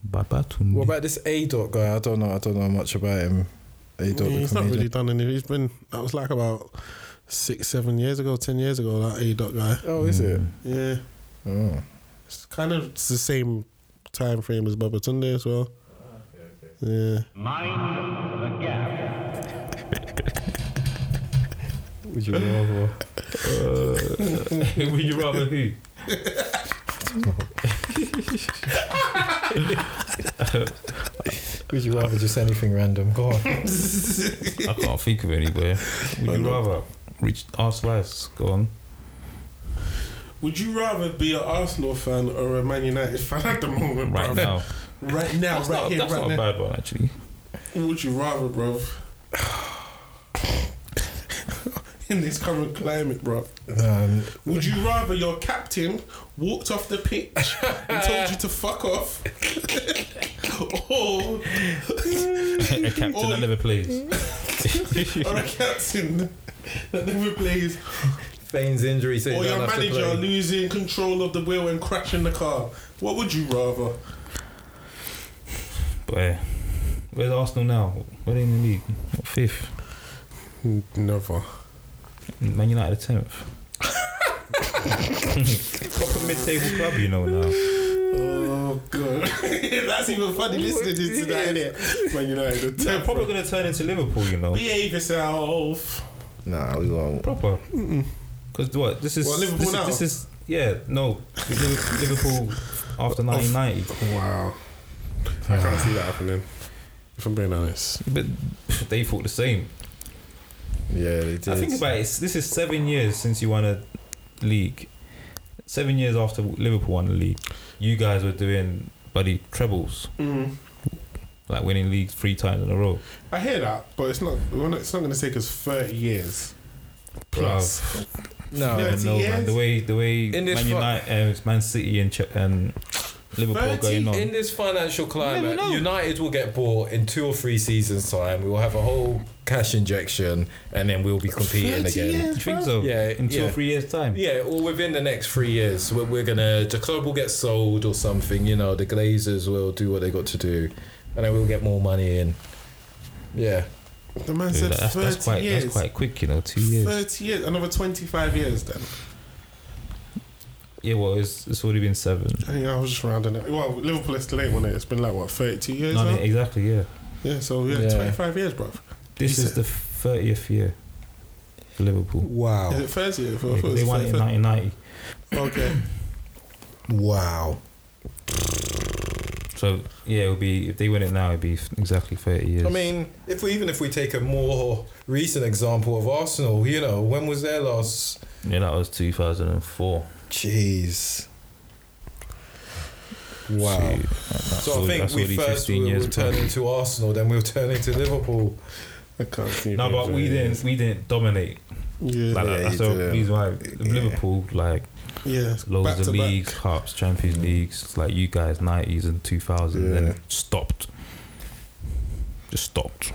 Babatunde. What about this A dot guy? I don't know. I don't know much about him. A dot. he's not really done anything. He's been that was like about six, seven years ago, ten years ago. That A dot guy. Oh, is it? Yeah, Oh. it's kind of it's the same time frame as Babatunde as well. Mind the gap. Would you rather? would you rather who? Would you rather just anything random? Go on. I can't think of anywhere. Would you rather reach ask last? Go on. Would you rather be an Arsenal fan or a Man United fan at the moment, Right bruv? now. Right now, That's right not, here, that's right not a now. bad one actually. Who would you rather, bro? In this current climate, bro. Um, Would you rather your captain walked off the pitch and told you to fuck off? or, a captain that never plays. or a captain that never plays Bane's injury, so Or you your don't have to manager play. losing control of the wheel and crashing the car. What would you rather? But yeah. Where's Arsenal now? Where are they in the league? What, fifth? Never. Man United tenth. Proper mid-table club, you know now. Oh god, that's even funny listening to that, innit? Man United, They're temper. probably gonna turn into Liverpool, you know. behave yourself. Nah, we won't. Proper. Because what? This is What, Liverpool this, is- now? this is yeah. No, Liver- Liverpool after 1990. Wow. I can't see that happening. If I'm being honest. But they thought the same. Yeah, they did. I think about it. it's- This is seven years since you won a league. Seven years after Liverpool won the league, you guys were doing bloody trebles, Mm-hmm. like winning leagues three times in a row. I hear that, but it's not. we're not- It's not going to take us thirty years. Plus, no, Yeah, it's- no. No, Yes. man. The way the way In this Man fu- United, uh, Man City, and Ch- and Liverpool are 30 going on. In this financial never climate, know. United will get bought in two or three seasons' time. We will have a whole cash injection, and then we'll be competing thirty again. years. you think so? Yeah, in two yeah. or three years' time. Yeah, or within the next three years, we're, we're gonna the club will get sold or something. You know, the Glazers will do what they got to do, and then we'll get more money in. Yeah, The man Dude, said that's, thirty that's quite years. that's quite quick, you know, two years. Thirty years, another twenty-five years. Then Yeah, well, it's, it's already been seven. I, think I was just rounding it. Well, Liverpool is late one. It's been like what thirty-two years No, now. no, exactly. Yeah, Yeah, so yeah, Yeah. twenty-five years, bro. this Decent. is the thirtieth year for Liverpool. Is Wow. it first year? I thought Yeah, it was Oh. they won it in 31st. 1990. Okay. Wow. So yeah, it would be if they win it now, it'd be f- exactly 30 years. I mean, if we even if we take a more recent example of Arsenal, you know, when was their last? yeah, that was 2004. Jeez. Wow. Oh, Shoot. That's So I already- think that's we already first 15 will years will turn ago. into Arsenal, then we'll turn into Liverpool. I can't see. No, but we didn't. We didn't dominate. Yeah, Like, that. you that's the didn't. reason why Yeah. Liverpool like yeah. loads back of to leagues, Back. cups, Champions Leagues, like you guys, 90s and 2000s, and Yeah. then stopped. Just stopped.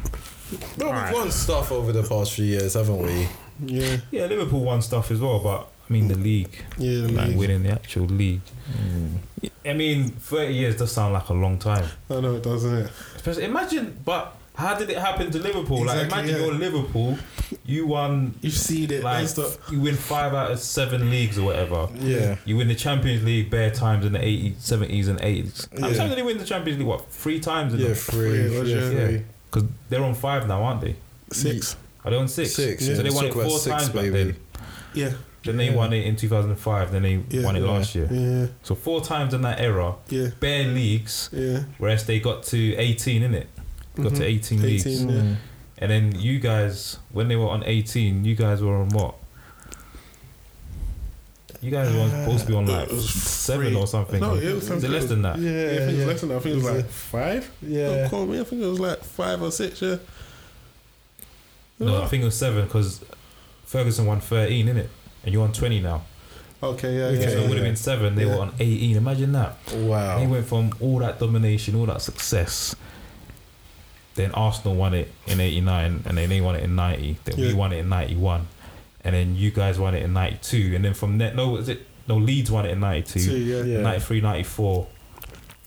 No, we've won stuff over the past few years, haven't we? Yeah, Yeah, Liverpool won stuff as well, but I mean the league, yeah. like leagues. winning the actual league. I mean, 30 years does sound like a long time. I know it doesn't. It. Especially, imagine, but how did it happen to Liverpool? like, Exactly, imagine yeah. you're Liverpool, you won You've seen it. like That's the- you win five out of seven leagues or whatever. Yeah. You win the Champions League bare times in the 80s, 70s, and 80s. How many Yeah. times did they win the Champions League? What, three times? In Yeah, the- three. Three, yeah, yeah. three. Because they're on five now, aren't they? Six. Are they on six? Six, So yeah. they Let's won it talk about four six, times back baby. then. Yeah. Then they Yeah. won it in 2005. Then they Yeah. won it last year. Yeah. So four times in that era, Yeah. bare leagues. Yeah. Whereas they got to 18, innit? Got to Mhm. 18 leagues. 18, yeah. And then you guys, when they were on 18, you guys were on what? You guys were supposed to be on like Uh, it was seven three. or something. No, it was Is it something- less than Ah. that? Yeah, I think it was less than that. I think it was It was like five. Don't Yeah. quote me. I think it was like five or six. Yeah. No, I think it was seven because Ferguson won 13, innit? And you're on 20 now. Okay. Yeah. so it Yeah. would have been seven. They Yeah. were on 18. Imagine that. He Oh. Wow. went from all that domination, all that success. Then Arsenal won it in '89, and then they won it in '90. Then we Yeah. won it in '91, and then you guys won it in '92, and then from that, no, is it no Leeds won it in Two, '92, yeah. Yeah. '93, '94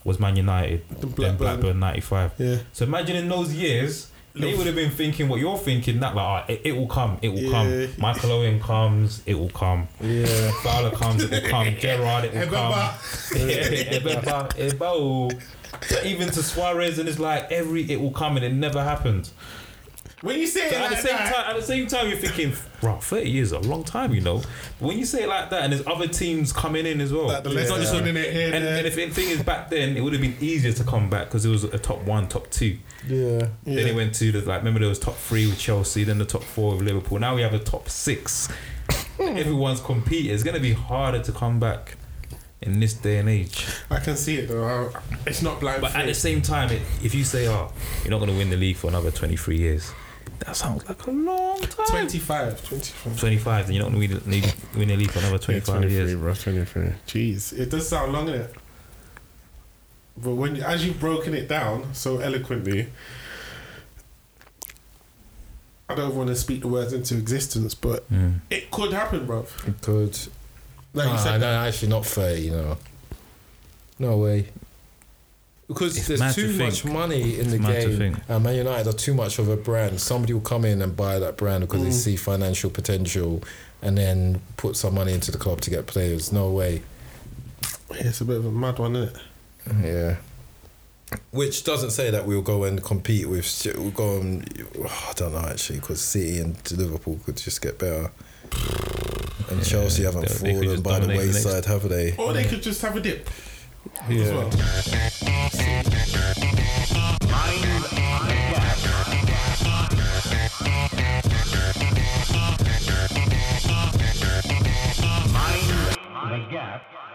was Man United, The then Blackburn. Blackburn '95. Yeah. So imagine in those years, they Little- would have been thinking what you're thinking. That like, "Ah, it, it will come, it will Yeah. come. Michael Owen comes, it will come. Yeah. Fowler comes, it will come. Gerrard, it will come. Ebaba. Yeah, Ebaba, Ebao. But even to Suarez, and it's like every it will come, and it never happened. When you say So it at the like same that, time, at the same time, you're thinking, bro, thirty years is a long time, you know. But when you say it like that, and there's other teams coming in as well, like the It's not just- Leicester's winning it here. and, there. and if the thing is back then, it would have been easier to come back because it was a top one, top two. Yeah. yeah. Then it went to the like remember there was top three with Chelsea, then the top four with Liverpool. Now we have a top six. Everyone's competing. It's gonna be harder to come back in this day and age. I can see it though. I- It's not blind. But at the faith. same time, it, if you say, "Oh, you're not gonna win the league for another 23 years," that sounds like a long time. 25, 25. 25, then you're not gonna win the league, win the league for another 25 years. bro. 23. Jeez, it does sound long, innit? But when you- as you've broken it down so eloquently, I don't want to speak the words into existence, but it could happen, bro. Good. Like you Ah, said, no, actually, not fair. You know, no way. Because It's there's mad too to much think. money in the mad to game, think. and Man United are too much of a brand. Somebody will come in and buy that brand because they see financial potential, and then put some money into the club to get players. No way. it's a bit of a mad one, isn't it? Yeah. Which doesn't say that we'll go and compete with. Stu- We'll go and oh, I don't know actually because City and Liverpool could just get better, and Chelsea haven't they- they could fallen just by the dominate the next- wayside, have they? Or they could just have a dip as Yeah. well. The Gap.